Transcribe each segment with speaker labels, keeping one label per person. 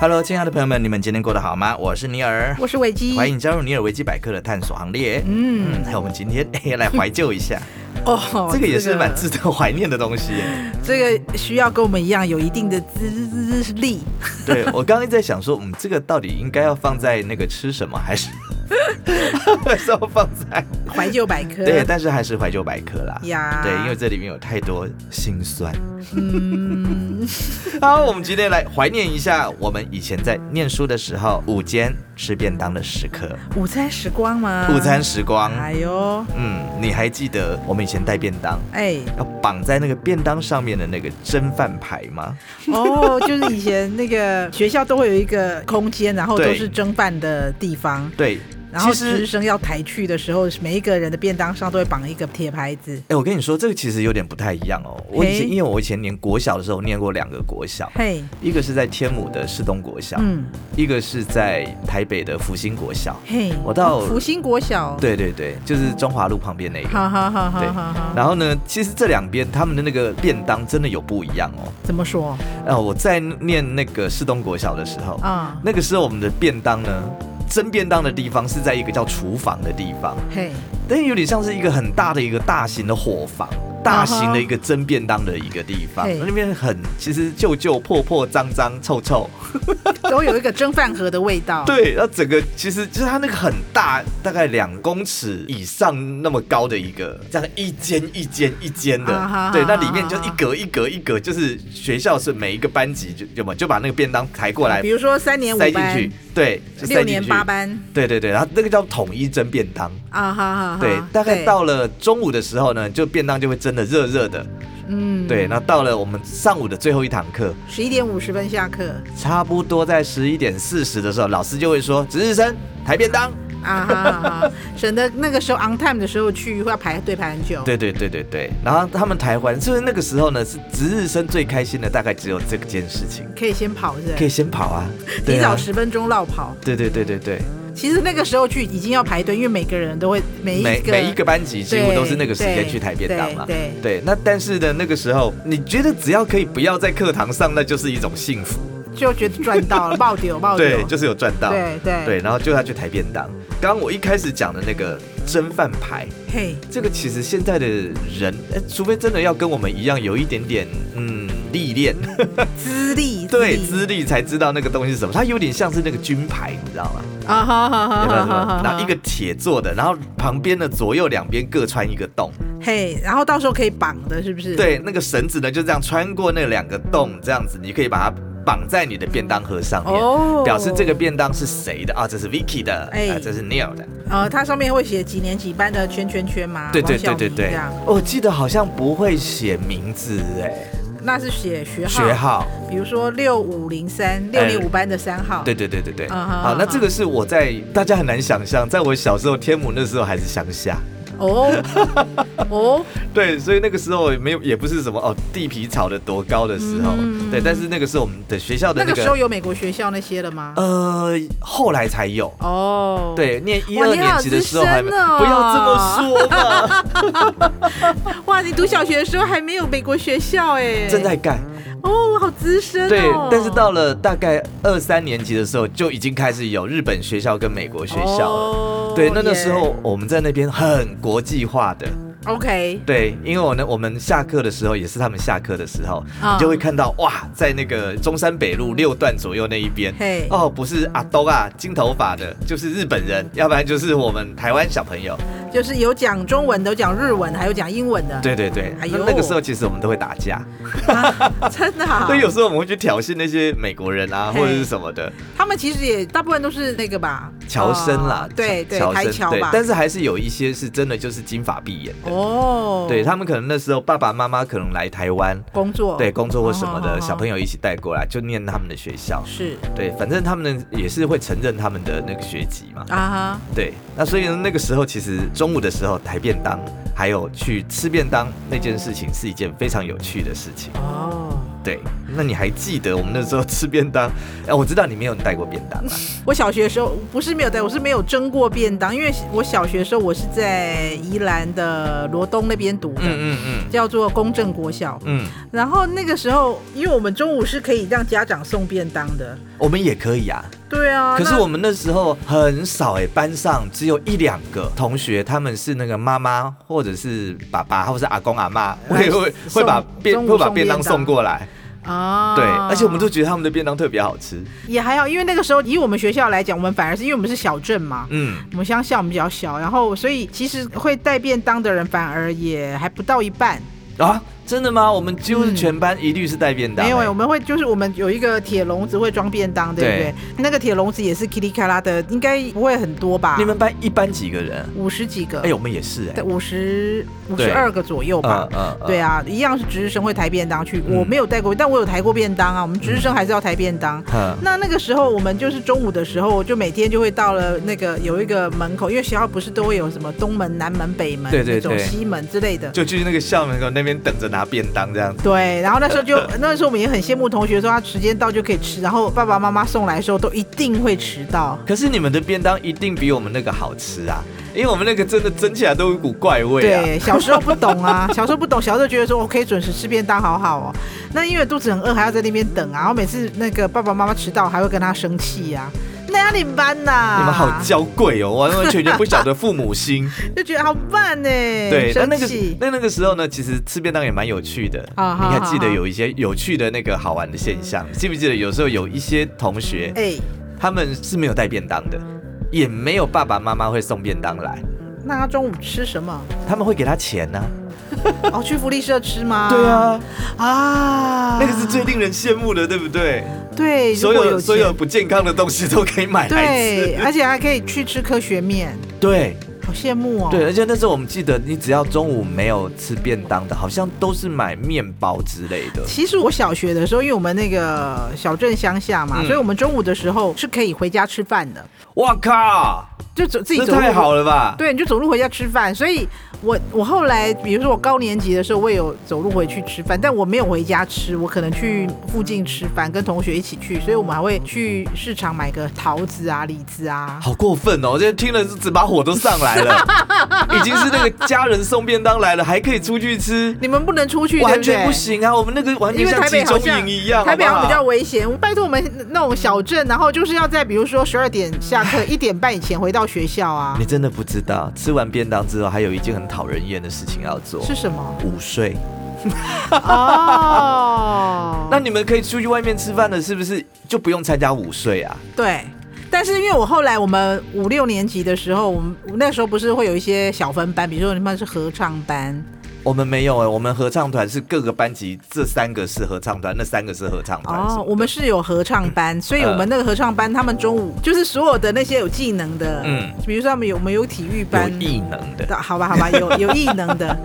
Speaker 1: Hello，亲爱的朋友们，你们今天过得好吗？我是尼尔，
Speaker 2: 我是维基。
Speaker 1: 欢迎加入尼尔维基百科的探索行列。
Speaker 2: 嗯，
Speaker 1: 嗯，那我们今天 哎来怀旧一 下，
Speaker 2: 哦，
Speaker 1: 这个也是蛮值得怀念的东西耶。
Speaker 2: 这个，这个需要跟我们一样有一定的资资 历。
Speaker 1: 对我刚刚一直在想说，嗯，这个到底应该要放在那个吃什么，还是 还是要放在
Speaker 2: 怀旧百科，
Speaker 1: 对？但是还是怀旧百科啦。
Speaker 2: 呀
Speaker 1: 对，因为这里面有太多心酸。
Speaker 2: 嗯，
Speaker 1: 好，我们今天来怀念一下我们以前在念书的时候，午间吃便当的时刻，
Speaker 2: 午餐时光吗？
Speaker 1: 午餐时光。
Speaker 2: 哎呦，
Speaker 1: 嗯，你还记得我们以前带便当？
Speaker 2: 哎，
Speaker 1: 要绑在那个便当上面的那个蒸饭牌吗？
Speaker 2: 哦， 就是以前那个学校都会有一个空间，然后
Speaker 1: 对
Speaker 2: 都是蒸饭的地方。
Speaker 1: 对，
Speaker 2: 然后
Speaker 1: 其
Speaker 2: 值日
Speaker 1: 实，
Speaker 2: 生要抬去的时候，每一个人的便当上都会绑一个铁牌子。
Speaker 1: 哎、我跟你说，这个其实有点不太一样哦。我以前
Speaker 2: 嘿
Speaker 1: 因为我以前念国小的时候念过两个国小，
Speaker 2: 嘿，
Speaker 1: 一个是在天母的市东国小，
Speaker 2: 嗯，
Speaker 1: 一个是在台北的福星国小。
Speaker 2: 嘿，哦
Speaker 1: 我到
Speaker 2: 福星国小，，
Speaker 1: 对对对，就是中华路旁边那个。
Speaker 2: 好好好
Speaker 1: 对
Speaker 2: 好好好，
Speaker 1: 然后呢，其实这两边他们的那个便当真的有不一样哦。
Speaker 2: 怎么说
Speaker 1: 呃，我在念那个市东国小的时候，
Speaker 2: 啊？
Speaker 1: 那个时候我们的便当呢，蒸便当的地方是在一个叫厨房的地方，
Speaker 2: 嘿，
Speaker 1: 但有点像是一个很大的一个大型的伙房。大型的一个蒸便当的一个地方
Speaker 2: 嘿
Speaker 1: 那边很其实旧旧破破脏脏臭臭，
Speaker 2: 都有一个蒸饭盒的味道。
Speaker 1: 对，然后整个其实就是它那个很大，大概两公尺以上那么高的一个，这样一间一间一间的，
Speaker 2: 啊哈
Speaker 1: 对，那
Speaker 2: 啊哈
Speaker 1: 里面就
Speaker 2: 啊
Speaker 1: 一
Speaker 2: 哈
Speaker 1: 格一格一格，就是学校是每一个班级就就嘛就把那个便当抬过来
Speaker 2: 比如说三年五
Speaker 1: 塞进
Speaker 2: 班
Speaker 1: 去，，对，就
Speaker 2: 六
Speaker 1: 塞进
Speaker 2: 年
Speaker 1: 去，
Speaker 2: 八班
Speaker 1: 对对对，然后那个叫统一蒸便当。
Speaker 2: 啊，哈哈哈。
Speaker 1: 对，大概到了中午的时候呢，就便当就会蒸的热热的。
Speaker 2: 嗯
Speaker 1: 对，那到了我们上午的最后一堂课，
Speaker 2: 十一点五十分下课
Speaker 1: 差不多在十一点四十的时候，老师就会说：“值日生抬便当。”
Speaker 2: 啊哈哈哈，省得那个时候 on time 的时候去要排队排很久。
Speaker 1: 对对对对对，然后他们台湾是不是那个时候呢？是值日生最开心的，大概只有这件事情，
Speaker 2: 可以先跑是不
Speaker 1: 可以
Speaker 2: 是？
Speaker 1: 先跑啊，对
Speaker 2: 提
Speaker 1: 啊
Speaker 2: 早，十分钟绕跑，
Speaker 1: 对对对对对，
Speaker 2: 其实那个时候去已经要排队，因为每个人都会每一
Speaker 1: 每
Speaker 2: 个
Speaker 1: 每一个班级几乎
Speaker 2: 对
Speaker 1: 都是那个时间
Speaker 2: 对
Speaker 1: 去抬便当嘛，
Speaker 2: 对
Speaker 1: 对，那但是呢，那个时候你觉得只要可以不要在课堂上，那就是一种幸福，
Speaker 2: 就觉得赚 到了，爆丢爆丢，
Speaker 1: 对，就是有赚到，
Speaker 2: 哦对对
Speaker 1: 对，然后就要去抬便当。刚刚我一开始讲的那个蒸饭牌，
Speaker 2: 嘿，
Speaker 1: 这个其实现在的人，呃除非真的要跟我们一样有一点点嗯历练。
Speaker 2: 资历
Speaker 1: 对资历才知道那个东西是什么，它有点像是那个军牌，你知道吗？
Speaker 2: 啊，好好好
Speaker 1: 有没有
Speaker 2: 好
Speaker 1: 什么
Speaker 2: 好，？
Speaker 1: 然后一个铁做的，然后旁边的左右两边各穿一个洞，
Speaker 2: 嘿，然后到时候可以绑的，是不是？
Speaker 1: 对，那个绳子呢就这样穿过那两个洞，这样子你可以把它绑在你的便当盒上面，
Speaker 2: 哦
Speaker 1: 表示这个便当是谁的啊？这是 Vicky 的，
Speaker 2: 哎
Speaker 1: 啊，这是 Neil 的，
Speaker 2: 呃，它上面会写几年几班的圈圈圈吗？
Speaker 1: 对对
Speaker 2: 王小
Speaker 1: 对
Speaker 2: 明
Speaker 1: 对对哦
Speaker 2: 这样，
Speaker 1: 我记得好像不会写名字哎，
Speaker 2: 那是写学号，
Speaker 1: 学，号。哎
Speaker 2: 比如说六五零三六零五班的三号，
Speaker 1: 对对对对对，
Speaker 2: 嗯好
Speaker 1: 好，那
Speaker 2: 好
Speaker 1: 这个是我在大家很难想象，在我小时候天母那时候还是乡下，
Speaker 2: 哦哦，
Speaker 1: 对，所以那个时候也没有，也不是什么哦，地皮炒得多高的时候，
Speaker 2: 嗯
Speaker 1: 对，但是那个是我们的学校的
Speaker 2: 那
Speaker 1: 那
Speaker 2: 个
Speaker 1: 个，
Speaker 2: 时候有美国学校那些了吗？
Speaker 1: 呃，后来才有。
Speaker 2: 哦，，
Speaker 1: 对，念一
Speaker 2: 哇
Speaker 1: 二
Speaker 2: 你好
Speaker 1: 年级的时候还没，
Speaker 2: 资深哦
Speaker 1: 不要这么说 嘛，
Speaker 2: 哇，你读小学的时候还没有美国学校哎，
Speaker 1: 正在干。
Speaker 2: 哦，我好资深哦，
Speaker 1: 对，但是到了大概二三年级的时候，就已经开始有日本学校跟美国学校了。
Speaker 2: 哦
Speaker 1: 对，那那时
Speaker 2: 耶
Speaker 1: 候我们在那边很国际化的。
Speaker 2: ，OK，
Speaker 1: 对，因为我呢，我们下课的时候也是他们下课的时候，
Speaker 2: 嗯
Speaker 1: 你就会看到哇，在那个中山北路六段左右那一边
Speaker 2: 嘿，
Speaker 1: 哦，不是阿东啊，金头发的，就是日本人，要不然就是我们台湾小朋友。
Speaker 2: 就是有讲中文的，有讲日文的，还有讲英文的，
Speaker 1: 对对对，
Speaker 2: 哎
Speaker 1: 那
Speaker 2: 呦
Speaker 1: 那个时候其实我们都会打架，
Speaker 2: 啊，真的 啊
Speaker 1: 所以有时候我们会去挑衅那些美国人啊，
Speaker 2: 嘿
Speaker 1: 或者是什么的，
Speaker 2: 他们其实也大部分都是那个吧，
Speaker 1: 侨生啦
Speaker 2: 呃，对对，
Speaker 1: 侨
Speaker 2: 台
Speaker 1: 生
Speaker 2: 侨
Speaker 1: 对
Speaker 2: 吧，，
Speaker 1: 但是还是有一些是真的就是金发碧眼的，
Speaker 2: 哦，
Speaker 1: 对他们可能那时候爸爸妈妈可能来台湾。
Speaker 2: 工作
Speaker 1: 对工作或什么
Speaker 2: 哦哦
Speaker 1: 的，
Speaker 2: 哦
Speaker 1: 小朋友一起带过来，就念他们的学校。
Speaker 2: 是
Speaker 1: 对，反正他们也是会承认他们的那个学籍嘛。
Speaker 2: 啊哈，
Speaker 1: 对，那所以呢，那个时候其实中午的时候抬便当，还有去吃便当那件事情是一件非常有趣的事情。
Speaker 2: 哦，
Speaker 1: 对，那你还记得我们那时候吃便当？哎、我知道你没有带过便当啊，
Speaker 2: 我小学的时候不是没有带，我是没有蒸过便当，因为我小学的时候我是在宜兰的罗东那边读的。
Speaker 1: 嗯嗯
Speaker 2: 叫做公正国小，
Speaker 1: 嗯，
Speaker 2: 然后那个时候，因为我们中午是可以让家长送便当的，
Speaker 1: 我们也可以啊。
Speaker 2: 对啊。
Speaker 1: 可是
Speaker 2: 那
Speaker 1: 我们那时候很少哎、班上只有一两个同学，他们是那个妈妈或者是爸爸，或者是阿公阿妈，会会
Speaker 2: 哎送
Speaker 1: 会把便
Speaker 2: 中午
Speaker 1: 会把
Speaker 2: 送
Speaker 1: 便当
Speaker 2: 便当
Speaker 1: 送过来。
Speaker 2: 啊，
Speaker 1: 对，而且我们都觉得他们的便当特别好吃。
Speaker 2: 也还好，因为那个时候以我们学校来讲，我们反而是因为我们是小镇嘛，
Speaker 1: 嗯，
Speaker 2: 我们乡下我们比较小，然后所以其实会带便当的人反而也还不到一半，
Speaker 1: 啊，真的吗？我们几乎是全班一律是带便当、
Speaker 2: 没有、欸
Speaker 1: 哎
Speaker 2: 我们会就是我们有一个铁笼子会装便当，对不对？那个铁笼子也是 k i t 卡拉的，应该不会很多吧？
Speaker 1: 你们班一班几个人？
Speaker 2: 五十几个，
Speaker 1: 哎、我们也是哎、
Speaker 2: 啊对，五十五十二个左右吧。
Speaker 1: 嗯
Speaker 2: 对啊，一样是值日生会抬便当去，
Speaker 1: 嗯
Speaker 2: 我没有带过，但我有抬过便当啊。我们值日生还是要抬便当。
Speaker 1: 嗯
Speaker 2: 那那个时候，我们就是中午的时候，就每天就会到了那个有一个门口，因为学校不是都会有什么东门、南门、北门、
Speaker 1: 对对
Speaker 2: 那种
Speaker 1: 对
Speaker 2: 西门之类的。
Speaker 1: 就去那个校门口那边等着拿便当这样子。
Speaker 2: 对，然后那时 候就那时候我们也很羡慕同学说他啊时间到就可以吃，然后爸爸妈妈送来的时候都一定会迟到。
Speaker 1: 可是你们的便当一定比我们那个好吃啊，因为我们那个真的蒸起来都有一股怪味啊。
Speaker 2: 对，小时候不懂 啊，小时候不懂，小时候觉得说我可以准时吃便当，好好哦。那因为肚子很饿，还要在那边等啊。然后每次那个爸爸妈妈迟到，还会跟他生气呀、啊。哪里慢呐、
Speaker 1: 你们
Speaker 2: 啊
Speaker 1: 好娇贵哦，完完全全不晓得父母 心。
Speaker 2: 就觉得啊好慢呢、
Speaker 1: 对， 那
Speaker 2: 生
Speaker 1: 那个
Speaker 2: 气。
Speaker 1: 那那个时候呢，其实吃便当也蛮有趣的。
Speaker 2: 啊好
Speaker 1: 你还记得
Speaker 2: 好好
Speaker 1: 有一些有趣的那个好玩的现象？记不记得有时候有一些同学，
Speaker 2: 哎、
Speaker 1: 他们是没有带便当的，也没有爸爸妈妈会送便当来，
Speaker 2: 那他中午吃什么？
Speaker 1: 他们会给他钱呢、
Speaker 2: 哦，去福利社吃吗？
Speaker 1: 对，啊，
Speaker 2: 啊，
Speaker 1: 那个是最令人羡慕的，对不对？
Speaker 2: 对，
Speaker 1: 所
Speaker 2: 哎如果
Speaker 1: 有
Speaker 2: 有
Speaker 1: 所
Speaker 2: 钱
Speaker 1: 有不健康的东西都可以买来
Speaker 2: 对，哎
Speaker 1: 吃。
Speaker 2: 而且还可以去吃科学面，
Speaker 1: 对
Speaker 2: 好羡慕哦。
Speaker 1: 对，而且那时候我们记得，你只要中午没有吃便当的，好像都是买面包之类的。
Speaker 2: 其实我小学的时候，因为我们那个小镇乡下嘛，
Speaker 1: 嗯
Speaker 2: 所以我们中午的时候是可以回家吃饭的，
Speaker 1: 哇靠！
Speaker 2: 就走自己
Speaker 1: 这
Speaker 2: 走路。
Speaker 1: 太好了吧？
Speaker 2: 对，你就走路回家吃饭。所以我我后来，比如说我高年级的时候，我也有走路回去吃饭，但我没有回家吃，我可能去附近吃饭，跟同学一起去，所以我们还会去市场买个桃子啊、李子啊。
Speaker 1: 好过分哦！我现在听了嘴把火都上来了， 已经是那个家人送便当来了，还可以出去吃，
Speaker 2: 你们不能出去，对
Speaker 1: 完
Speaker 2: 对
Speaker 1: 全不。行啊！我们那个完
Speaker 2: 因
Speaker 1: 全
Speaker 2: 为
Speaker 1: 像
Speaker 2: 台
Speaker 1: 集
Speaker 2: 北好
Speaker 1: 中
Speaker 2: 像
Speaker 1: 营一样，
Speaker 2: 台北好像比较
Speaker 1: 好不好
Speaker 2: 危险。拜托我们那种小镇，然后就是要在比如说十二点下课、一点半以前回到学校啊
Speaker 1: 你。真的不知道，吃完便当之后还有一件很讨人厌的事情要做
Speaker 2: 是，什 么？
Speaker 1: 午睡。
Speaker 2: 哦
Speaker 1: 那你们可以出去外面吃饭的，是不是就不用参加午睡啊？
Speaker 2: 对。但是因为我后来我们五六年级的时候，我们那时候不是会有一些小分班，比如说你们是合唱班
Speaker 1: 我们没有哎、我们合唱团是各个班级，这三个是合唱团，那三个是合唱团。是吗
Speaker 2: 哦，我们是有合唱
Speaker 1: 嗯
Speaker 2: 班，所以我们那个合唱班他们中午就是所有的那些有技能的，
Speaker 1: 嗯
Speaker 2: 嗯，比如说他们有我们有体育班
Speaker 1: 有，异能的，
Speaker 2: 啊好吧好吧，有有异能的，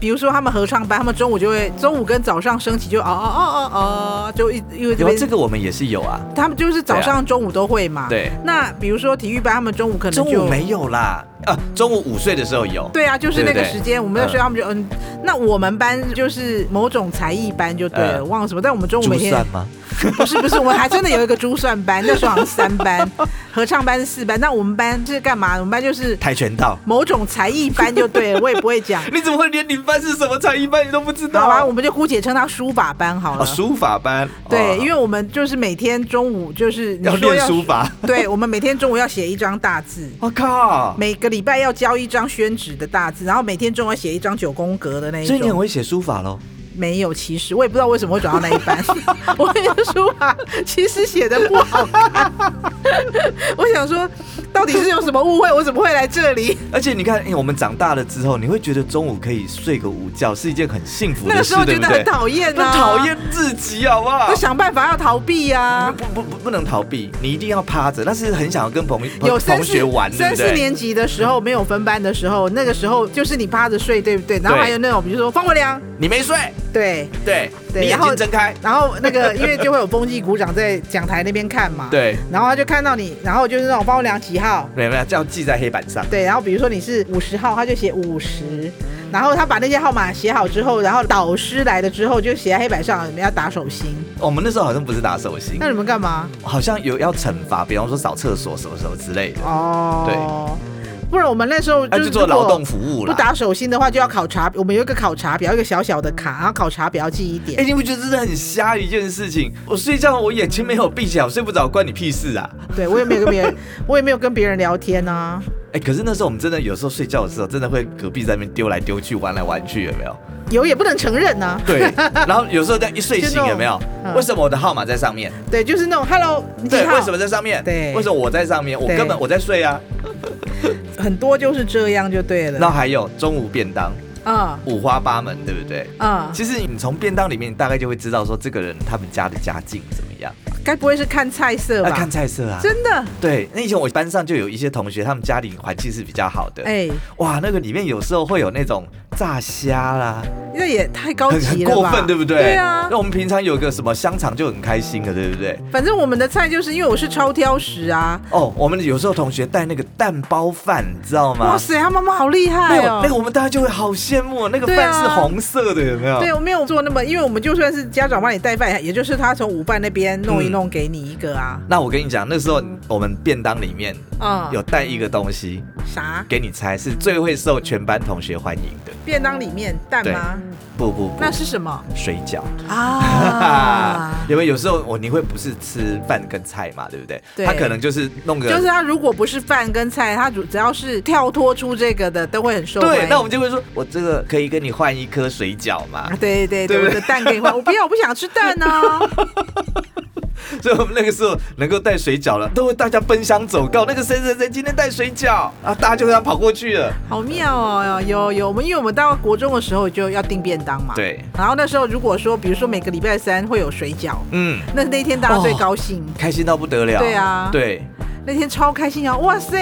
Speaker 2: 比如说他们合唱班，他们中午就会中午跟早上升旗就哦哦哦哦哦，就一因为这
Speaker 1: 有啊
Speaker 2: 边
Speaker 1: 这个我们也是有啊，
Speaker 2: 他们就是早上、中午都会嘛。
Speaker 1: 对。
Speaker 2: 那比如说体育班，他们中午可能
Speaker 1: 中
Speaker 2: 就
Speaker 1: 午没有啦，啊，中午午睡的时候有。
Speaker 2: 对啊，就是那
Speaker 1: 对
Speaker 2: 个
Speaker 1: 对对
Speaker 2: 时间，我们那时候他们就嗯，那我们班就是某种才艺班就对了，
Speaker 1: 嗯
Speaker 2: 忘了什么，但我们中午
Speaker 1: 珠
Speaker 2: 每天
Speaker 1: 算吗？
Speaker 2: 不是不是，我们还真的有一个珠算班，那时候好像三班，合唱班是四班，那我们班是干嘛？我们班就是
Speaker 1: 跆拳道？，
Speaker 2: 某种才艺班就对了，我也不会讲
Speaker 1: 你怎么会连你班是什么才艺班你都不知道？
Speaker 2: 好吧，我们就姑且称它书法班好了。
Speaker 1: 哦，书法班。
Speaker 2: 对，因
Speaker 1: 为
Speaker 2: 为我们就是每天中午就是你
Speaker 1: 要
Speaker 2: 说
Speaker 1: 练书法。
Speaker 2: 对，我们每天中午要写一张大字，
Speaker 1: 我靠！
Speaker 2: 每个礼拜要交一张宣纸的大字，然后每天中午要写一张九宫格的那一
Speaker 1: 所以你很
Speaker 2: 种。
Speaker 1: 会写书法喽？
Speaker 2: 没有，其实我也不知道为什么会转到那一 班。我跟书法其实写的不好 看，我想说，到底是有什么误会？我怎么会来 这里？
Speaker 1: 而且你看，哎、我们长大了之后，你会觉得中午可以睡个午觉是一件很幸福
Speaker 2: 那
Speaker 1: 的
Speaker 2: 个
Speaker 1: 事
Speaker 2: 时候，觉
Speaker 1: 对不
Speaker 2: 得很
Speaker 1: 对？
Speaker 2: 讨厌
Speaker 1: 那
Speaker 2: 啊，
Speaker 1: 讨，厌啊自己好不好
Speaker 2: 就？想办法要逃避啊。
Speaker 1: 不不不，不能逃避，你一定要趴着。但是很想要跟朋
Speaker 2: 有
Speaker 1: 朋
Speaker 2: 三
Speaker 1: 同
Speaker 2: 四
Speaker 1: 学玩，对
Speaker 2: 三
Speaker 1: 不
Speaker 2: 四
Speaker 1: 对？
Speaker 2: 年级的时候没有分班的时候，那个时候就是你趴着睡，对不对？然后
Speaker 1: 对
Speaker 2: 还有那种，比如说方文良，
Speaker 1: 你没睡，
Speaker 2: 对，
Speaker 1: 对，
Speaker 2: 对
Speaker 1: 你眼
Speaker 2: 然后
Speaker 1: 睛睁开，
Speaker 2: 然后那个因为就会有风纪鼓掌在讲台那边看嘛，，
Speaker 1: 对，
Speaker 2: 然后他就看到你，然后就是那种帮我量几号，
Speaker 1: 没有没有，这样记在黑板上。
Speaker 2: 对，然后比如说你是五十号，他就写五十，然后他把那些号码写好之后，然后导师来了之后就写在黑板上，你们要打手心，
Speaker 1: 我们那时候好像不是打手心
Speaker 2: 那，你们干嘛？
Speaker 1: 好像有要惩罚，比方说扫厕所什么什么之类的，
Speaker 2: 哦，对，不然我们那时候
Speaker 1: 那
Speaker 2: 就是
Speaker 1: 就做
Speaker 2: 如果
Speaker 1: 劳动服务
Speaker 2: 不
Speaker 1: 啦。
Speaker 2: 打手心的话，就要考察。我们有一个考察表，一个小小的卡，然后考察表要记一点。
Speaker 1: 哎、你不觉得这是很瞎的一件事情？我睡觉，我眼睛没有闭起来，我睡不着，关你屁事啊！
Speaker 2: 对我也没有跟别人， 我也没有跟别人聊天啊。
Speaker 1: 哎、可是那时候我们真的有时候睡觉的时候，真的会隔壁在那边丢来丢去、玩来玩去，有没有？
Speaker 2: 有也不能承认啊。
Speaker 1: 对。 然后有时候在一睡
Speaker 2: 就
Speaker 1: 醒，
Speaker 2: 那种
Speaker 1: 有没有？
Speaker 2: 嗯
Speaker 1: 为什么我的号码在上面？
Speaker 2: 对，就是那种 “hello”，你几
Speaker 1: 啊对，
Speaker 2: 号
Speaker 1: 为什么在上面？
Speaker 2: 对
Speaker 1: 为什么我在上面？我
Speaker 2: 对
Speaker 1: 根本我在睡啊。
Speaker 2: 很多就是这样就对
Speaker 1: 然后
Speaker 2: 了。
Speaker 1: 还有中午便当，
Speaker 2: 嗯
Speaker 1: 五花八门，对不对？
Speaker 2: 嗯，
Speaker 1: 其实你从便当里面，你大概就会知道说这个人他们家的家境怎么样。
Speaker 2: 该不会是看菜色
Speaker 1: 要
Speaker 2: 吧
Speaker 1: 看？菜色啊。
Speaker 2: 真的，
Speaker 1: 对，那以前我班上就有一些同学，他们家里环境是比较好的。
Speaker 2: 哎，
Speaker 1: 哇，那个里面有时候会有那种炸虾啦，
Speaker 2: 那也太高
Speaker 1: 很
Speaker 2: 级
Speaker 1: 很
Speaker 2: 了
Speaker 1: 过
Speaker 2: 吧？
Speaker 1: 分，对不对？
Speaker 2: 对啊
Speaker 1: 那。我们平常有个什么香肠就很开心了，对不对？
Speaker 2: 反正我们的菜就是因为我是超挑食啊。
Speaker 1: 哦，我们有时候同学带那个蛋包饭，你知道吗
Speaker 2: 哇？塞，他妈妈好厉
Speaker 1: 那
Speaker 2: 害
Speaker 1: 有
Speaker 2: 哦！
Speaker 1: 那个我们大家就会好羡慕哦，那个
Speaker 2: 对
Speaker 1: 饭
Speaker 2: 啊
Speaker 1: 是红色的，有没有？
Speaker 2: 对，我没有做那么，因为我们就算是家长帮你带饭，也就是他从午饭那边弄一
Speaker 1: 嗯
Speaker 2: 弄给你一个啊，
Speaker 1: 那我跟你讲，那时候我们便当里面
Speaker 2: 嗯，
Speaker 1: 有带一个东西
Speaker 2: 啥
Speaker 1: 给你猜，是最会受全班同学欢迎的。
Speaker 2: 便当里面蛋吗？
Speaker 1: 不不不，
Speaker 2: 那是什么
Speaker 1: 水饺。？
Speaker 2: 啊
Speaker 1: 因为有时候哦我你会不是吃饭跟菜嘛，对不对？
Speaker 2: 对
Speaker 1: 他可能就是弄个，
Speaker 2: 就是他如果不是饭跟菜，他只只要是跳脱出这个的，都会很受欢
Speaker 1: 对
Speaker 2: 迎。，
Speaker 1: 那我们就会说，我这个可以跟你换一颗水饺嘛
Speaker 2: 啊。对对对，
Speaker 1: 对不
Speaker 2: 我
Speaker 1: 对
Speaker 2: 的蛋给你换，我不要，我不想吃蛋啊！
Speaker 1: 所以我们那个时候能够带水饺了，都会大家奔相走告，那个谁谁谁今天带水饺啊，大家就这样跑过去了。
Speaker 2: 好妙哦，有有我们，因为我们到国中的时候就要订便当嘛。。
Speaker 1: 对，
Speaker 2: 然后那时候如果说，比如说每个礼拜三会有水饺，
Speaker 1: 嗯，
Speaker 2: 那那天大家最
Speaker 1: 哦
Speaker 2: 高兴。
Speaker 1: 开心到不得了。
Speaker 2: 对啊
Speaker 1: 对。
Speaker 2: 那天超开心啊！哇塞，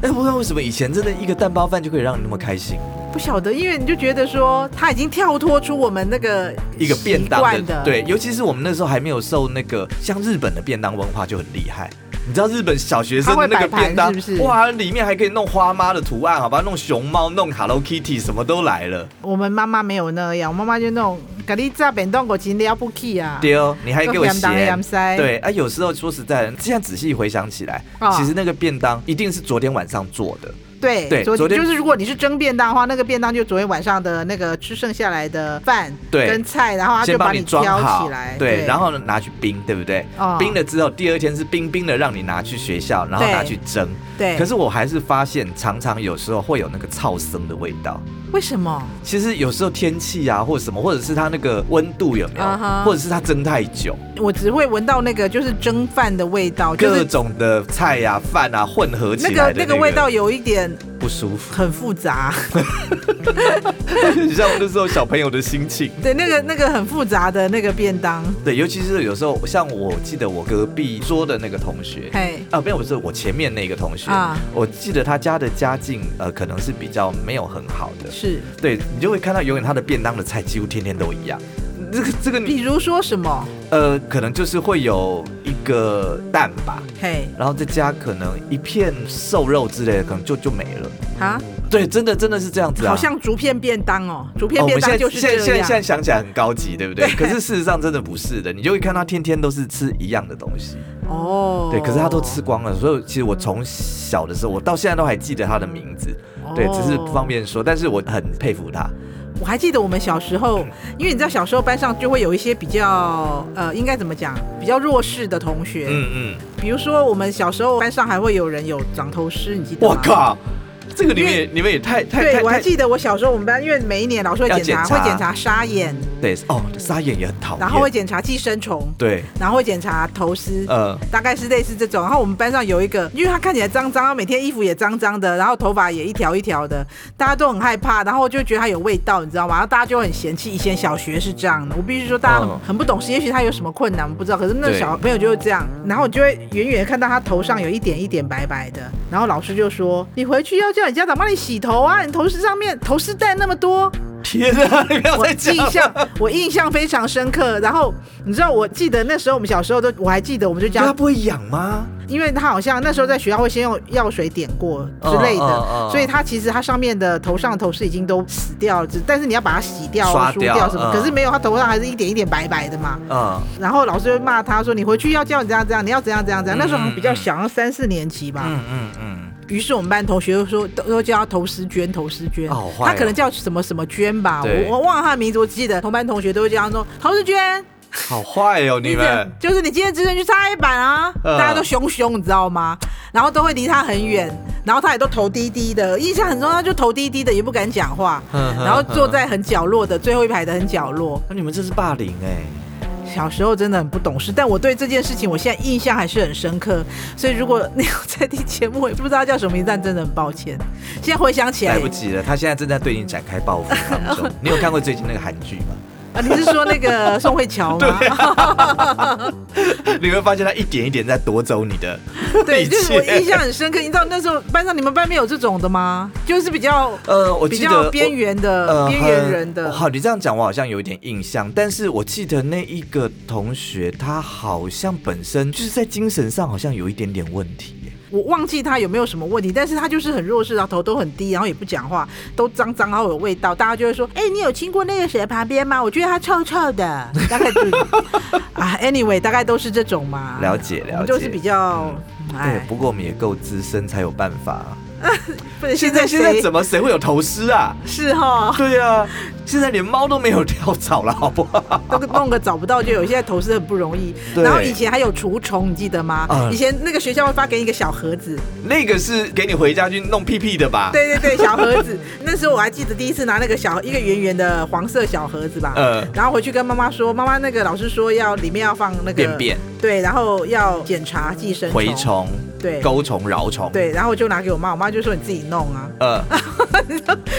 Speaker 1: 哎，不知道为什么以前真的一个蛋包饭就可以让你那么开心，
Speaker 2: 不晓得，因为你就觉得说他已经跳脱出我们那个
Speaker 1: 一个便当
Speaker 2: 习惯的，
Speaker 1: 对，尤其是我们那时候还没有受那个像日本的便当文化就很厉害。你知道日本小学生的那个便当
Speaker 2: 它会摆盘是不是
Speaker 1: 哇，里面还可以弄花妈的图案，好吧，弄熊猫，弄 Hello Kitty，什么都来了。
Speaker 2: 我们妈妈没有那样，我妈妈就那种咖喱炸便当，我今天要不去啊。
Speaker 1: 对哦，你还给我
Speaker 2: 咸
Speaker 1: 咸
Speaker 2: 咸。塞，
Speaker 1: 对啊，有时候说实在的，现在仔细回想起来，
Speaker 2: 啊
Speaker 1: 其实那个便当一定是昨天晚上做的。
Speaker 2: 对
Speaker 1: 对
Speaker 2: 昨
Speaker 1: 昨天
Speaker 2: 就是如果你是蒸便当的话，那个便当就昨天晚上的那个吃剩下来的饭
Speaker 1: 对
Speaker 2: 跟菜，然后他
Speaker 1: 先
Speaker 2: 就
Speaker 1: 帮
Speaker 2: 你
Speaker 1: 装
Speaker 2: 挑
Speaker 1: 好
Speaker 2: 起来，，
Speaker 1: 对，然后呢拿去冰，对不对？
Speaker 2: 哦
Speaker 1: 冰了之后，第二天是冰冰的，让你拿去学校，然后
Speaker 2: 对
Speaker 1: 拿去蒸。
Speaker 2: 对，
Speaker 1: 可是我还是发现，常常有时候会有那个臭生的味道。
Speaker 2: 为什么？
Speaker 1: 其实有时候天气啊，或者什么，或者是它那个温度有没有
Speaker 2: 啊哈
Speaker 1: 或者是它蒸太久，
Speaker 2: 我只会闻到那个就是蒸饭的味道，就
Speaker 1: 各
Speaker 2: 是
Speaker 1: 种的菜呀、饭啊混合起
Speaker 2: 那
Speaker 1: 来
Speaker 2: 个
Speaker 1: 的、
Speaker 2: 那个味道有一点
Speaker 1: 不舒 服，
Speaker 2: 很复杂。
Speaker 1: 很像那时候小朋友的心情。
Speaker 2: 对，那个那个很复杂的那个便当，
Speaker 1: 对，尤其是有时候，像我记得我隔壁桌的那个同学，
Speaker 2: 嘿，
Speaker 1: 啊，没有，不是我前面那个同学，
Speaker 2: 啊
Speaker 1: 我记得他家的家境呃可能是比较没有很好的，
Speaker 2: 是，
Speaker 1: 对你就会看到永远他的便当的菜几乎天天都一样。这个这个你
Speaker 2: 比如说什么，
Speaker 1: 呃，可能就是会有一个蛋吧，
Speaker 2: 嘿，
Speaker 1: 然后再加可能一片瘦肉之类的，可能就就没了。
Speaker 2: 啊，
Speaker 1: 对，真的真的是这样子啊。
Speaker 2: 好像竹片便当哦，竹
Speaker 1: 哦
Speaker 2: 片
Speaker 1: 我
Speaker 2: 便
Speaker 1: 们现
Speaker 2: 当
Speaker 1: 在
Speaker 2: 就是
Speaker 1: 现在
Speaker 2: 这
Speaker 1: 现在现在
Speaker 2: 样，
Speaker 1: 想起来很高级，对不对？
Speaker 2: 对
Speaker 1: 可是事实上真的不是的，你就会看他天天都是吃一样的东西，
Speaker 2: 哦，
Speaker 1: 对。可是他都吃，光了，所以其实我从小的时候，我到现在都还记得他的名字，对，只
Speaker 2: 哦
Speaker 1: 是不方。便说，但是我很佩服他。
Speaker 2: 我还记得我们小时候，因为你知道小时候班上就会有一些比较呃，应该怎么讲，比较弱势的同学，
Speaker 1: 嗯
Speaker 2: 比如说我们小时候班上还会有人有长头虱，你记
Speaker 1: 嗯，
Speaker 2: 得
Speaker 1: 我
Speaker 2: 吗？！
Speaker 1: 靠，这个你们
Speaker 2: 因
Speaker 1: 也你们也太太
Speaker 2: 对，
Speaker 1: 太
Speaker 2: 我还
Speaker 1: 太
Speaker 2: 记得我小时候我们班，因为每一年老师会
Speaker 1: 要
Speaker 2: 检查，
Speaker 1: 检查
Speaker 2: 会检查沙眼，
Speaker 1: 对哦，沙眼也很讨厌，
Speaker 2: 然后会检查寄生虫，
Speaker 1: 对，
Speaker 2: 然后会检查头虱，
Speaker 1: 呃，
Speaker 2: 大概是类似这种。然后我们班上有一个，因为他看起来脏脏，他每天衣服也脏脏的，然后头发也一条一条的，大家都很害怕，然后就觉得他有味道，你知道吗？然后大家就很嫌弃。以前小学是这样的，我必须说大家
Speaker 1: 嗯
Speaker 2: 很很不懂事，也许他有什么困难，我们不知道。可是那
Speaker 1: 对
Speaker 2: 小朋友就是这样，然后我就会远远地看到他头上有一点一点白白的，然后老师就说：“你回去要叫你家长帮你洗头啊，你头饰上面头饰带那么多。”
Speaker 1: 天啊，你不要
Speaker 2: 我
Speaker 1: 再讲了
Speaker 2: 印象我印象非常深刻。然后你知道，我记得那时候我们小时候都，我还记得我们就
Speaker 1: 它
Speaker 2: 讲，
Speaker 1: 不会痒吗？
Speaker 2: 因为他好像那时候在学校会先用药水点过之类的，
Speaker 1: 嗯嗯嗯嗯
Speaker 2: 所以它其实它上面的头上的头饰已经都死掉了，只但是你要把它洗掉、
Speaker 1: 刷
Speaker 2: 梳
Speaker 1: 掉
Speaker 2: 掉什
Speaker 1: 嗯
Speaker 2: 么，可是没有，它头上还是一点一点白白的嘛。
Speaker 1: 啊、
Speaker 2: 然后老师就骂他说：“你回去要这样这样这样，你要怎样怎样怎样。”那时候
Speaker 1: 嗯嗯
Speaker 2: 比较小，三四年级吧。
Speaker 1: 嗯，嗯嗯
Speaker 2: 于是我们班同学就说都都叫他投石娟，投石娟，
Speaker 1: 啊好坏哦
Speaker 2: 他可能叫什么什么娟吧，
Speaker 1: 对
Speaker 2: 我我忘了他的名字，我只记得同班同学都会叫他说投石娟，
Speaker 1: 嗯，好坏哦，你
Speaker 2: 这样
Speaker 1: 们，
Speaker 2: 就是你今天只能去擦黑板啊，
Speaker 1: 嗯
Speaker 2: 大家都凶凶，你知道吗？然后都会离他很远，然后他也都头低低的，印象很重要，他就头低低的，也不敢讲话，
Speaker 1: 嗯
Speaker 2: 然后坐，在很角落的最后一排的很角落。
Speaker 1: 那、你们这是霸凌哎、
Speaker 2: 小时候真的很不懂事，但我对这件事情我现在印象还是很深刻。所以如果你有在听节目，我也不知道叫什么名字，但真的很抱歉。现在回想起来
Speaker 1: 来哎不及了，他现在正在对你展开报复当 中。你有看过最近那个韩剧吗？
Speaker 2: 啊，你是说那个宋慧乔 吗？
Speaker 1: 啊你会发现他一点一点在夺走你的
Speaker 2: 对，
Speaker 1: 理
Speaker 2: 就是我
Speaker 1: 解。
Speaker 2: 印象很深刻。你知道那时候班上你们班没有这种的吗？就是比较
Speaker 1: 呃，我
Speaker 2: 比
Speaker 1: 记得
Speaker 2: 较边缘的
Speaker 1: 呃
Speaker 2: 边缘人
Speaker 1: 很
Speaker 2: 的。
Speaker 1: 好，你这样讲我好像有一点印象，但是我记得那一个同学，他好像本身就是在精神上好像有一点点问题耶。
Speaker 2: 我忘记他有没有什么问题，但是他就是很弱势，然后头都很低，然后也不讲话，都脏脏，然后有味道，大家就会说：“哎、你有亲过那个谁的旁边吗？我觉得他臭臭的。”大概 就是啊，anyway，大概都是这种嘛。
Speaker 1: 了解
Speaker 2: 我
Speaker 1: 了
Speaker 2: 们
Speaker 1: 解，
Speaker 2: 就是比较嗯
Speaker 1: 对
Speaker 2: 哎，，
Speaker 1: 不过我们也够资深才有办法。
Speaker 2: 不能
Speaker 1: 现在现在怎
Speaker 2: 么
Speaker 1: 么谁会有头虱 啊？
Speaker 2: 是哈？
Speaker 1: 对啊，现在连猫都没有跳蚤了，好不 好？
Speaker 2: 都弄个找不到就有，现在投资很不容易。
Speaker 1: 对
Speaker 2: 然后以前还有除虫，你记得吗？
Speaker 1: 嗯
Speaker 2: 以前那个学校会发给你一个小盒子，
Speaker 1: 那个是给你回家去弄屁屁的吧？，
Speaker 2: 对对对，小盒子。 那时候我还记得第一次拿那个小一个圆圆的黄色小盒子吧，
Speaker 1: 呃，
Speaker 2: 然后回去跟妈妈说，妈妈那个老师说要里面要放那个
Speaker 1: 便便、
Speaker 2: 对，然后要检查寄生
Speaker 1: 蛔虫、
Speaker 2: 对
Speaker 1: 钩虫、饶虫，，
Speaker 2: 对，然后我就拿给我妈，我妈就说你自己弄啊。
Speaker 1: 呃，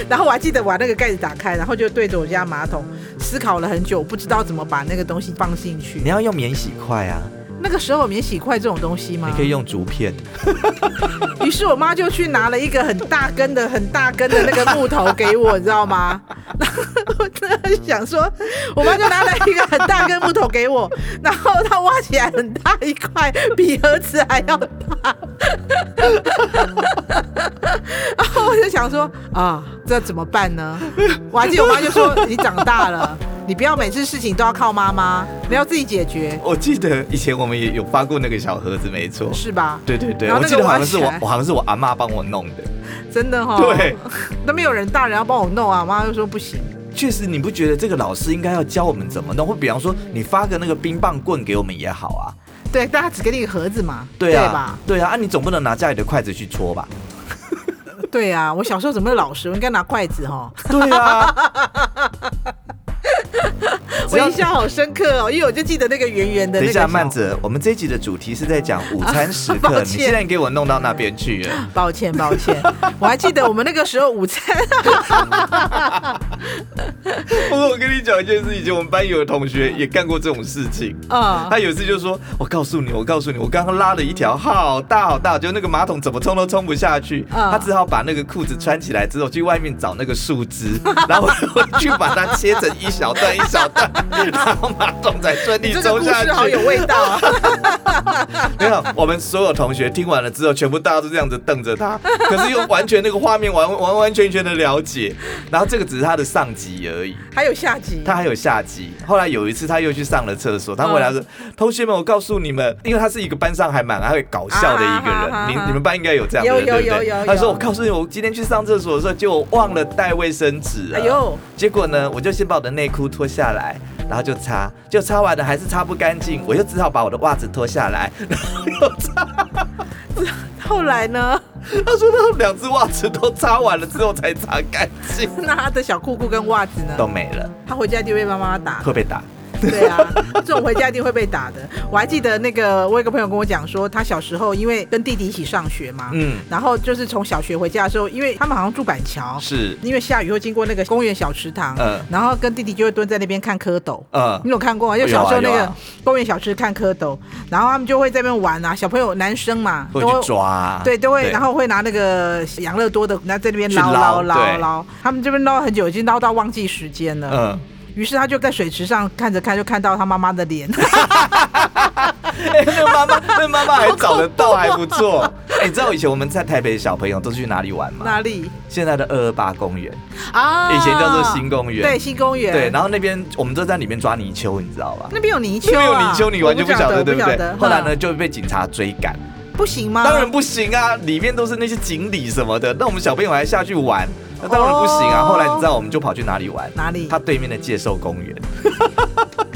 Speaker 2: 然后我还记得我把那个盖子打开，然后就对着我家马桶思考了很久，我不知道怎么把那个东西放进去
Speaker 1: 你。要用免洗块啊，
Speaker 2: 那个时候有免洗块这种东西吗？
Speaker 1: 你可以用竹片，
Speaker 2: 于是我妈就去拿了一个很大根的、很大根的那个木头给我，你知道吗？ 然后我真的很想说，我妈就拿了一个很大根木头给我，然后她挖起来很大一块，比盒子还要大。 然后我就想说啊，这怎么办呢？我还记得我妈就说：“你长大了，你不要每次事情都要靠妈妈，你要自己解决，
Speaker 1: 我记得以前我们也有发过那个小盒子，没错。
Speaker 2: 是吧
Speaker 1: 对对对，
Speaker 2: 然后
Speaker 1: 我
Speaker 2: 那
Speaker 1: 记
Speaker 2: 个
Speaker 1: 得好
Speaker 2: 挖
Speaker 1: 像是
Speaker 2: 起
Speaker 1: 我
Speaker 2: 来，哦
Speaker 1: 我好像是我阿妈帮我弄的。？”
Speaker 2: 真的哈、
Speaker 1: 对，
Speaker 2: 都没有人大人要帮我弄啊，我妈就说不行。
Speaker 1: 确实，你不觉得这个老师应该要教我们怎么弄？或比方说，你发个那个冰棒棍给我们也好啊。
Speaker 2: 对，大家只给你一个盒子嘛，
Speaker 1: 对啊
Speaker 2: 吧？，
Speaker 1: 对啊，啊，你总不能拿家里的筷子去戳 吧？
Speaker 2: 对啊，我小时候怎么会老实？我应该拿筷子哦 哈。
Speaker 1: 对啊，只
Speaker 2: 我
Speaker 1: 要
Speaker 2: 印象好深刻哦，因为我就记得那个圆圆的
Speaker 1: 等
Speaker 2: 那
Speaker 1: 一
Speaker 2: 个
Speaker 1: 下，
Speaker 2: 小
Speaker 1: 慢，子，我们这一集的主题是在讲午餐时
Speaker 2: 抱
Speaker 1: 刻，你
Speaker 2: 歉
Speaker 1: 现在给我弄到那边去了。
Speaker 2: 抱歉抱歉，我还记得我们那个时候午餐，
Speaker 1: 不 过我跟你讲一件事，以前我们班有的同学也干过这种事情。
Speaker 2: 啊、
Speaker 1: 他有一次就说：“我告诉你，我告诉你，我刚刚拉了一条好大好大，就那个马桶怎么冲都冲不下去。
Speaker 2: 嗯
Speaker 1: 他只好把那个裤子穿起来之后，去外面找那个树 枝，然后回去把它切成一小段一小段，然后马桶才顺利
Speaker 2: 这个
Speaker 1: 冲
Speaker 2: 故
Speaker 1: 下
Speaker 2: 事好
Speaker 1: 去
Speaker 2: 有。味道 啊！
Speaker 1: 没有，我们所有同学听完了之后，全部大家都这样子瞪着 他，可是又完全那个画面完完完全全的了解。然后这个只是他的上集而已。”
Speaker 2: 还有下集，
Speaker 1: 他还有下集。后来有一次，他又去上了厕所，他回来说：“
Speaker 2: 嗯
Speaker 1: 同学们，我告诉你们，因为他是一个班上还蛮还会搞笑的一个人，
Speaker 2: 啊啊啊啊
Speaker 1: 你你们班应该有这样的人，
Speaker 2: 有有
Speaker 1: 对不
Speaker 2: 有
Speaker 1: 对？”
Speaker 2: 有
Speaker 1: 他说：“
Speaker 2: 有
Speaker 1: 我告诉你，我今天去上厕所的时候，就忘了带卫生纸了。啊
Speaker 2: 哎呦，
Speaker 1: 结果呢，我就先把我的内裤脱下来，然后就擦，就擦完了还是擦不干净，我又只好把我的袜子脱下来。 然后又擦，
Speaker 2: 后来呢，
Speaker 1: 他说他两只袜子都擦完了之后才擦干净，
Speaker 2: 那他的小裤裤跟袜子呢
Speaker 1: 都，没了，
Speaker 2: 他回家就被妈妈打。
Speaker 1: 会被打。
Speaker 2: 对啊，这种回家一定会被打的。我还记得那个，我有个朋友跟我讲说，他小时候因为跟弟弟一起上学嘛，
Speaker 1: 嗯，
Speaker 2: 然后就是从小学回家的时候，因为他们好像住板桥，
Speaker 1: 是，
Speaker 2: 因为下雨会经过那个公园小池塘，
Speaker 1: 嗯
Speaker 2: 然后跟弟弟就会蹲在那边看蝌蚪。
Speaker 1: 呃
Speaker 2: 你，有看过吗？
Speaker 1: 有
Speaker 2: 就
Speaker 1: 啊
Speaker 2: 小时候那
Speaker 1: 有
Speaker 2: 个
Speaker 1: 啊
Speaker 2: 公园小吃看蝌蚪，然后他们就会在那边玩啊，小朋友男生嘛，
Speaker 1: 会去抓啊，
Speaker 2: 对，都会，然后会拿那个养乐多的，然后在那边
Speaker 1: 去
Speaker 2: 捞捞
Speaker 1: 捞
Speaker 2: 捞
Speaker 1: 对
Speaker 2: 捞，他们这边捞很久，已经捞到忘记时间了。
Speaker 1: 嗯，
Speaker 2: 于是他就在水池上看着看，就看到他妈妈的 脸。
Speaker 1: 哎，那妈 妈，那妈妈还找得到，还不错。哎，你知道以前我们在台北的小朋友都去哪里玩吗？
Speaker 2: 哪里
Speaker 1: 现在的二二八公园，
Speaker 2: 啊
Speaker 1: 以前叫做新公园，
Speaker 2: 对新公园。
Speaker 1: 对，然后那边我们都在里面抓泥鳅，你知道吧？
Speaker 2: 那边有泥
Speaker 1: 没
Speaker 2: 鳅、啊，
Speaker 1: 有泥鳅，你完全不晓得，嗯
Speaker 2: 我
Speaker 1: 对不
Speaker 2: 不晓
Speaker 1: 对
Speaker 2: 得？
Speaker 1: 后来呢，
Speaker 2: 嗯？
Speaker 1: 就被警察追赶。
Speaker 2: 不行吗？
Speaker 1: 当然不行啊，里面都是那些锦鲤什么的，那我们小朋友还下去玩，那当然不行啊。
Speaker 2: 哦
Speaker 1: 后来你知道我们就跑去哪里玩？
Speaker 2: 哪里
Speaker 1: 它对面的介寿公园，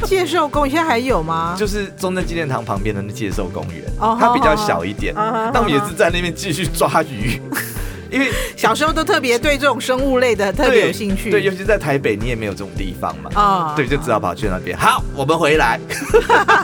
Speaker 2: 介寿公园现在还有吗？
Speaker 1: 就是中正纪念堂旁边的那介寿公园
Speaker 2: 啊哦，
Speaker 1: 它比较小一点，
Speaker 2: 好好好
Speaker 1: 但我们也是在那边继续抓鱼， 因为
Speaker 2: 小时候都特别对这种生物类的特别有兴趣。
Speaker 1: 对，尤其在台北你也没有这种地方嘛，
Speaker 2: 啊
Speaker 1: 对，就只好跑去那边。好，我们回来。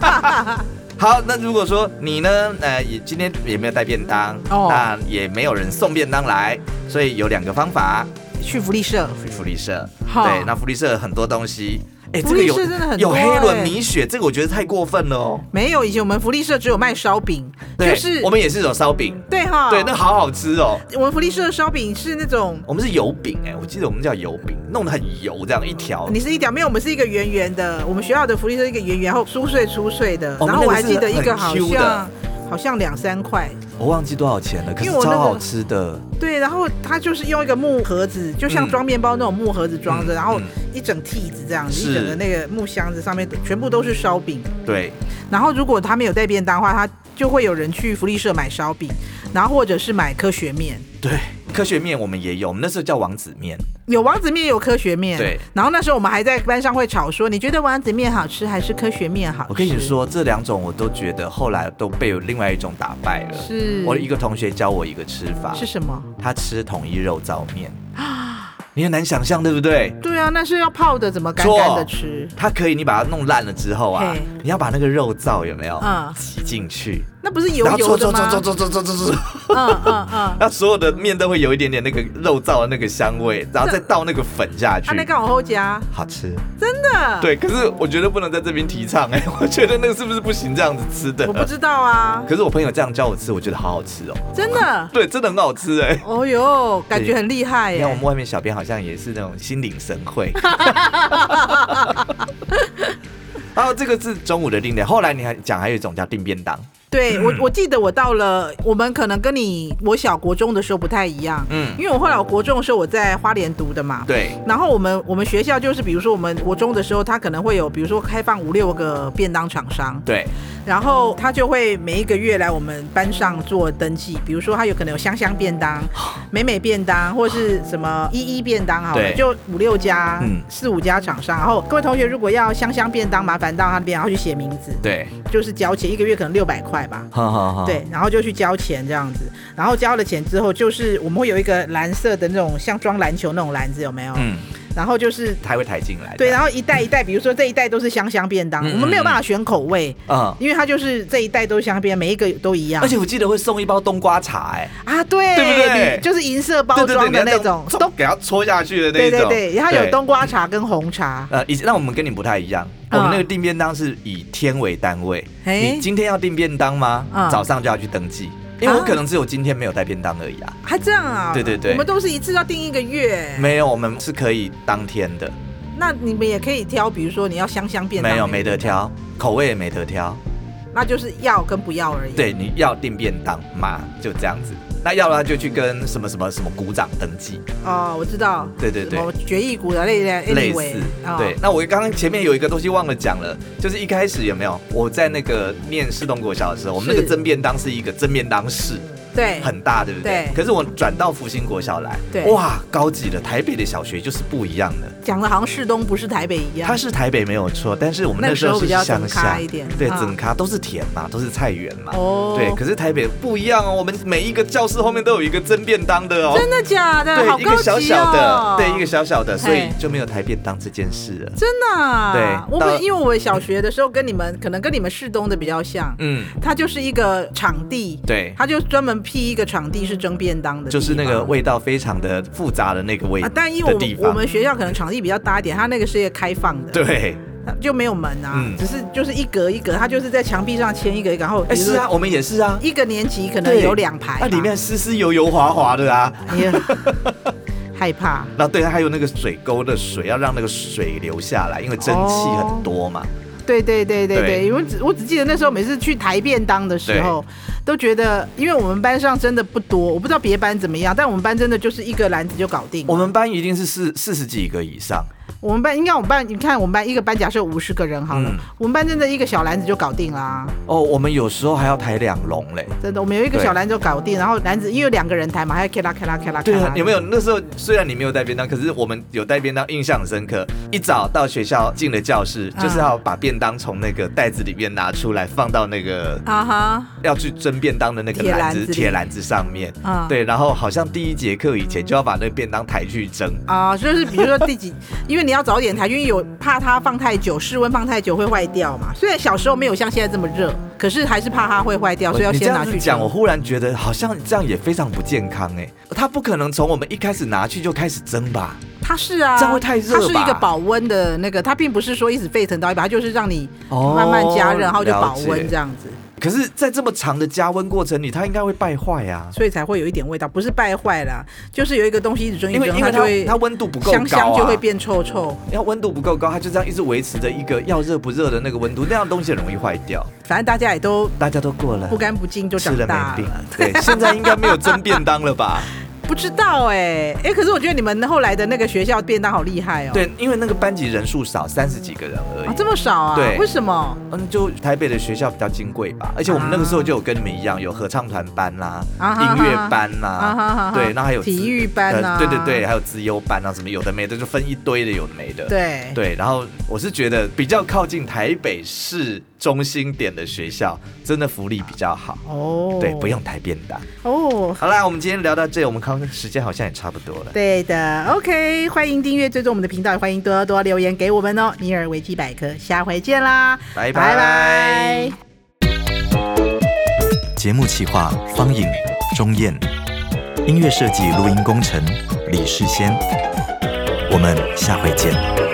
Speaker 1: 好，那如果说你呢，呃，也今天也没有带便当，
Speaker 2: 哦
Speaker 1: 那也没有人送便当来，所以有两个方法，
Speaker 2: 去福利社，
Speaker 1: 去福利社。
Speaker 2: 好
Speaker 1: 对，那福利社很多东西，哎、
Speaker 2: 福
Speaker 1: 这个
Speaker 2: 利
Speaker 1: 有
Speaker 2: 社真的很
Speaker 1: 有
Speaker 2: 多
Speaker 1: 黑
Speaker 2: 欸
Speaker 1: 轮米雪，这个我觉得太过分了哦。
Speaker 2: 没有以前我们福利社只有卖烧饼，
Speaker 1: 对，
Speaker 2: 就是
Speaker 1: 我们也是有烧饼，
Speaker 2: 对哈，
Speaker 1: 对，那好好吃哦。
Speaker 2: 我们福利社的烧饼是那种，
Speaker 1: 我们是油饼哎、我记得我们叫油饼，弄得很油，这样一条。
Speaker 2: 你是一条，没有，我们是一个圆圆的，我们学校的福利社是一个圆圆，然后酥脆酥脆的，
Speaker 1: 哦
Speaker 2: 然后
Speaker 1: 那
Speaker 2: 我
Speaker 1: 个
Speaker 2: 还
Speaker 1: 是
Speaker 2: 记得一个
Speaker 1: 很
Speaker 2: 好
Speaker 1: Q 的
Speaker 2: 像好像两三块，
Speaker 1: 我忘记多少钱了，可是
Speaker 2: 因为我那
Speaker 1: 超
Speaker 2: 个
Speaker 1: 好吃的。
Speaker 2: 对，然后它就是用一个木盒子，就像
Speaker 1: 嗯
Speaker 2: 装面包那种木盒子装着，
Speaker 1: 嗯
Speaker 2: 然后
Speaker 1: 嗯
Speaker 2: 一整屉子这样，
Speaker 1: 是
Speaker 2: 一整个那个木箱子上面全部都是烧饼。
Speaker 1: 对，
Speaker 2: 然后如果他没有带便当的话，他就会有人去福利社买烧饼，然后或者是买科学面。
Speaker 1: 对，科学面我们也有，我们那时候叫王子面。
Speaker 2: 有王子面，也有科学面。
Speaker 1: 对。
Speaker 2: 然后那时候我们还在班上会吵说，你觉得王子面好吃还是科学面好吃？
Speaker 1: 我跟你，说，这两种我都觉得后来都被另外一种打败了。
Speaker 2: 是
Speaker 1: 我的一个同学教我一个吃法，
Speaker 2: 是什么？
Speaker 1: 他吃统一肉燥 面，你很难想象，对不对？
Speaker 2: 对啊，那是要泡的，怎么干干的吃？
Speaker 1: 它可以，你把它弄烂了之后啊
Speaker 2: 嘿，
Speaker 1: 你要把那个肉燥有没有
Speaker 2: 嗯
Speaker 1: 挤进去，
Speaker 2: 那不是油
Speaker 1: 然后
Speaker 2: 油
Speaker 1: 搓
Speaker 2: 的
Speaker 1: 搓搓
Speaker 2: 吗？
Speaker 1: 搓搓搓搓搓搓，
Speaker 2: 嗯 嗯嗯。
Speaker 1: 那所有的面都会有一点点那个肉燥的那个香味，然后再倒那个粉下去
Speaker 2: 他，啊那啊刚好后加，
Speaker 1: 好吃。
Speaker 2: 真的？，
Speaker 1: 对，可是我觉得不能在这边提倡哎、 我觉得那个是不是不行这样子吃的
Speaker 2: 我？不知道啊，
Speaker 1: 可是我朋友这样教我吃，我觉得好好吃哦。
Speaker 2: 真的。
Speaker 1: 对，真的很好吃哎、
Speaker 2: 哦哟，感觉很厉害
Speaker 1: 你看我
Speaker 2: 耶
Speaker 1: 们！外面小编好像也是那种心领神 会。 然哦后这个是中午的定点，后来你还讲还有一种叫订便当，
Speaker 2: 对我，我记得我到了，我们可能跟你我小国中的时候不太一样，
Speaker 1: 嗯，
Speaker 2: 因为我后来我国中的时候我在花莲读的嘛，
Speaker 1: 对，
Speaker 2: 然后我们我们学校就是，比如说我们国中的时候，它可能会有，比如说开放五六个便当厂商，
Speaker 1: 对，
Speaker 2: 然后他就会每一个月来我们班上做登记，比如说他有可能有香香便 当、美美便当，或是什么依依便当好了，
Speaker 1: 对
Speaker 2: 就五六家、
Speaker 1: 嗯
Speaker 2: 四五家厂商。然后各位同学如果要香香便当，麻烦到他那边，然后去写名字，
Speaker 1: 对，
Speaker 2: 就是交钱，一个月可能六百块吧。
Speaker 1: 哈哈哈，
Speaker 2: 对，然后就去交钱这样子，然后交了钱之后，就是我们会有一个蓝色的那种像装篮球那种篮子，有没有？
Speaker 1: 嗯，
Speaker 2: 然后就是
Speaker 1: 他会抬进来的，
Speaker 2: 对，然后一袋一袋，比如说这一袋都是香香便当，
Speaker 1: 嗯
Speaker 2: 我们没有办法选口味，
Speaker 1: 嗯，
Speaker 2: 因为它就是这一袋都是香香便当，每一个都一样。
Speaker 1: 而且我记得会送一包冬瓜茶哎、
Speaker 2: 啊，对，
Speaker 1: 对不对
Speaker 2: 你就是银色包
Speaker 1: 对对对
Speaker 2: 装
Speaker 1: 你
Speaker 2: 的
Speaker 1: 要
Speaker 2: 那
Speaker 1: 这样
Speaker 2: 种，
Speaker 1: 都给它戳下去的那
Speaker 2: 对
Speaker 1: 一种，
Speaker 2: 对对，它有
Speaker 1: 对
Speaker 2: 冬瓜茶跟红茶，
Speaker 1: 呃，以前那我们跟你不太一样，我
Speaker 2: 嗯
Speaker 1: 们那个订便当是以天为单位。
Speaker 2: 嘿
Speaker 1: 你今天要订便当吗
Speaker 2: 嗯？
Speaker 1: 早上就要去登记，因为我
Speaker 2: 啊
Speaker 1: 可能只有今天没有带便当而已啊。
Speaker 2: 还这样啊？
Speaker 1: 对对对
Speaker 2: 我们都是一次要订一个月，
Speaker 1: 没有，我们是可以当天的，
Speaker 2: 那你们也可以挑，比如说你要香香便当，
Speaker 1: 没有没得，挑，口味也没得挑。
Speaker 2: 那就是要跟不要而已。，
Speaker 1: 对，你要订便当嘛，就这样子。那要不然就去跟什么什么什么股长登记，
Speaker 2: 哦，我知道，
Speaker 1: 对对对
Speaker 2: 什么决议股的类类
Speaker 1: 类
Speaker 2: anyway，
Speaker 1: 似
Speaker 2: 哦。
Speaker 1: 对，那我刚刚前面有一个东西忘了讲了，就是一开始有没有我在那个念市东国小的时候，我们那个
Speaker 2: 是
Speaker 1: 蒸便当是一个蒸便当室，
Speaker 2: 对
Speaker 1: 很大，对不对？
Speaker 2: 哎对
Speaker 1: 可是我转到福星国小来，
Speaker 2: 对
Speaker 1: 哇，高级的台北的小学就是不一样的。
Speaker 2: 讲的好像市东不是台北一样
Speaker 1: 它。是台北没有错，但是我们
Speaker 2: 那
Speaker 1: 那
Speaker 2: 个
Speaker 1: 时
Speaker 2: 时候
Speaker 1: 候是
Speaker 2: 比较
Speaker 1: 乡
Speaker 2: 整咖
Speaker 1: 下
Speaker 2: 一点
Speaker 1: 对，
Speaker 2: 啊
Speaker 1: 整咖都是田嘛，都是菜园嘛。
Speaker 2: 哦
Speaker 1: 对，可是台北不一样哦，我们每一个教室后面都有一个蒸便当的哦，
Speaker 2: 真的假的？好
Speaker 1: 对，一
Speaker 2: 高
Speaker 1: 个
Speaker 2: 级
Speaker 1: 小小
Speaker 2: 哦
Speaker 1: 的，！对，一个小小的，所以
Speaker 2: 嘿
Speaker 1: 就没有台便当这件事了。
Speaker 2: 真的啊、
Speaker 1: 对
Speaker 2: 我
Speaker 1: 到
Speaker 2: 们因为我小学的时候跟你们可能跟你们市东的比较像，
Speaker 1: 嗯，
Speaker 2: 它就是一个场地，
Speaker 1: 对
Speaker 2: 它就专门辟一个场地是蒸便当的地
Speaker 1: 就
Speaker 2: 方，
Speaker 1: 是那个味道非常的复杂的那个味
Speaker 2: 啊。但因为
Speaker 1: 的
Speaker 2: 我
Speaker 1: 地
Speaker 2: 们我
Speaker 1: 方，
Speaker 2: 们学校可能场地比较大一点，它那个是一个开放的，，
Speaker 1: 对，
Speaker 2: 就没有门啊，
Speaker 1: 嗯
Speaker 2: 只是就是一格一格，它就是在墙壁上签一格一格，然后
Speaker 1: 哎，是啊，，我们也是啊，
Speaker 2: 一个年级可能
Speaker 1: 对
Speaker 2: 有两排吧，
Speaker 1: 那里面湿湿油油滑滑的啊，
Speaker 2: 哎 呀害怕，
Speaker 1: 然后对，它还有那个水沟的水，要让那个水流下来，因为蒸汽很多嘛。
Speaker 2: 对对对对
Speaker 1: 对
Speaker 2: 对，因为只我只记得那时候每次去台便当的时候，都觉得，因为我们班上真的不多，我不知道别班怎么样，但我们班真的就是一个篮子就搞定。
Speaker 1: 我们班一定是四四十几个以上，
Speaker 2: 我们班应该我们班，你看我们班一个班假设有五十个人好了，
Speaker 1: 嗯
Speaker 2: 我们班真的一个小篮子就搞定啦，
Speaker 1: 哦，我们有时候还要抬两笼嘞。
Speaker 2: 真的，我们有一个
Speaker 1: 对
Speaker 2: 小篮子就搞定，然后篮子因为两个人抬嘛，还要咔啦咔啦咔啦咔
Speaker 1: 对啊
Speaker 2: 啦，，
Speaker 1: 有没有？那时候虽然你没有带便当，可是我们有带便当，印象很深刻。一早到学校进了教室，
Speaker 2: 啊
Speaker 1: 就是要把便当从那个袋子里面拿出来，放到那个
Speaker 2: 啊哈，
Speaker 1: 要去蒸便当的那个
Speaker 2: 铁
Speaker 1: 篮
Speaker 2: 篮
Speaker 1: 子
Speaker 2: 子里
Speaker 1: 铁篮子上面。
Speaker 2: 啊
Speaker 1: 对，然后好像第一节课以前就要把那个便当抬去蒸。
Speaker 2: 啊，就是比如说第几，因为你要早点抬，因为有怕它放太久，室温放太久会坏掉嘛。虽然小时候没有像现在这么热，可是还是怕它会坏掉，所以要
Speaker 1: 你这
Speaker 2: 先拿
Speaker 1: 样
Speaker 2: 去
Speaker 1: 子
Speaker 2: 蒸
Speaker 1: 讲，我哦忽然觉得好像这样也非常不健康哎、它不可能从我们一开始拿去就开始蒸吧？
Speaker 2: 它是啊，
Speaker 1: 这样会太热吧
Speaker 2: 它是一个保温的那个，它并不是说一直沸腾到一百，它就是让你
Speaker 1: 哦
Speaker 2: 慢慢加热，然后就保
Speaker 1: 了
Speaker 2: 温
Speaker 1: 解
Speaker 2: 这样子，
Speaker 1: 可是，在这么长的加温过程里，它应该会败坏啊，
Speaker 2: 所以才会有一点味道，不是败坏啦，就是有一个东西一直蒸一
Speaker 1: 因
Speaker 2: 直
Speaker 1: 为
Speaker 2: 蒸，
Speaker 1: 因为
Speaker 2: 就会
Speaker 1: 它它温度不够高、啊、
Speaker 2: 香香就会变臭臭。
Speaker 1: 要温度不够高，它就这样一直维持着一个要热不热的那个温度，那样东西很容易坏掉。
Speaker 2: 反正大家也都
Speaker 1: 大家都过了
Speaker 2: 不，干不净就
Speaker 1: 吃
Speaker 2: 长
Speaker 1: 了
Speaker 2: 大
Speaker 1: 没
Speaker 2: 了
Speaker 1: 病。。对，现在应该没有蒸便当了吧？
Speaker 2: 不知道哎、哎、可是我觉得你们后来的那个学校便当好厉害哦、
Speaker 1: 对，因为那个班级人数少，三十几个人而
Speaker 2: 啊，
Speaker 1: 已。
Speaker 2: 这么少啊？
Speaker 1: 对
Speaker 2: 为什么？
Speaker 1: 嗯，就台北的学校比较金贵吧，而且我们那个时候就有跟你们一样，有合唱团班啦、
Speaker 2: 啊哈哈
Speaker 1: 音乐班啦、
Speaker 2: 啊哈哈哈
Speaker 1: 对，那还有
Speaker 2: 体育班
Speaker 1: 呃
Speaker 2: 啊
Speaker 1: 对对对，还有资优班啊，什么有的没的，就分一堆的，有的没的。
Speaker 2: 对，
Speaker 1: 对，然后我是觉得比较靠近台北市中心点的学校，真的福利比较好。
Speaker 2: 哦，
Speaker 1: 对，不用台便当。
Speaker 2: 哦。
Speaker 1: 好啦，我们今天聊到这，我们康时间好像也差不多了。
Speaker 2: 对的，OK，欢迎订阅追踪我们的频道，也欢迎多多留言给我们哦。尼尔维基百科，下回见啦，
Speaker 1: 拜拜
Speaker 2: 拜拜
Speaker 3: 节目企划方颖、钟燕，音乐设计、录音工程李世先。我们下回见。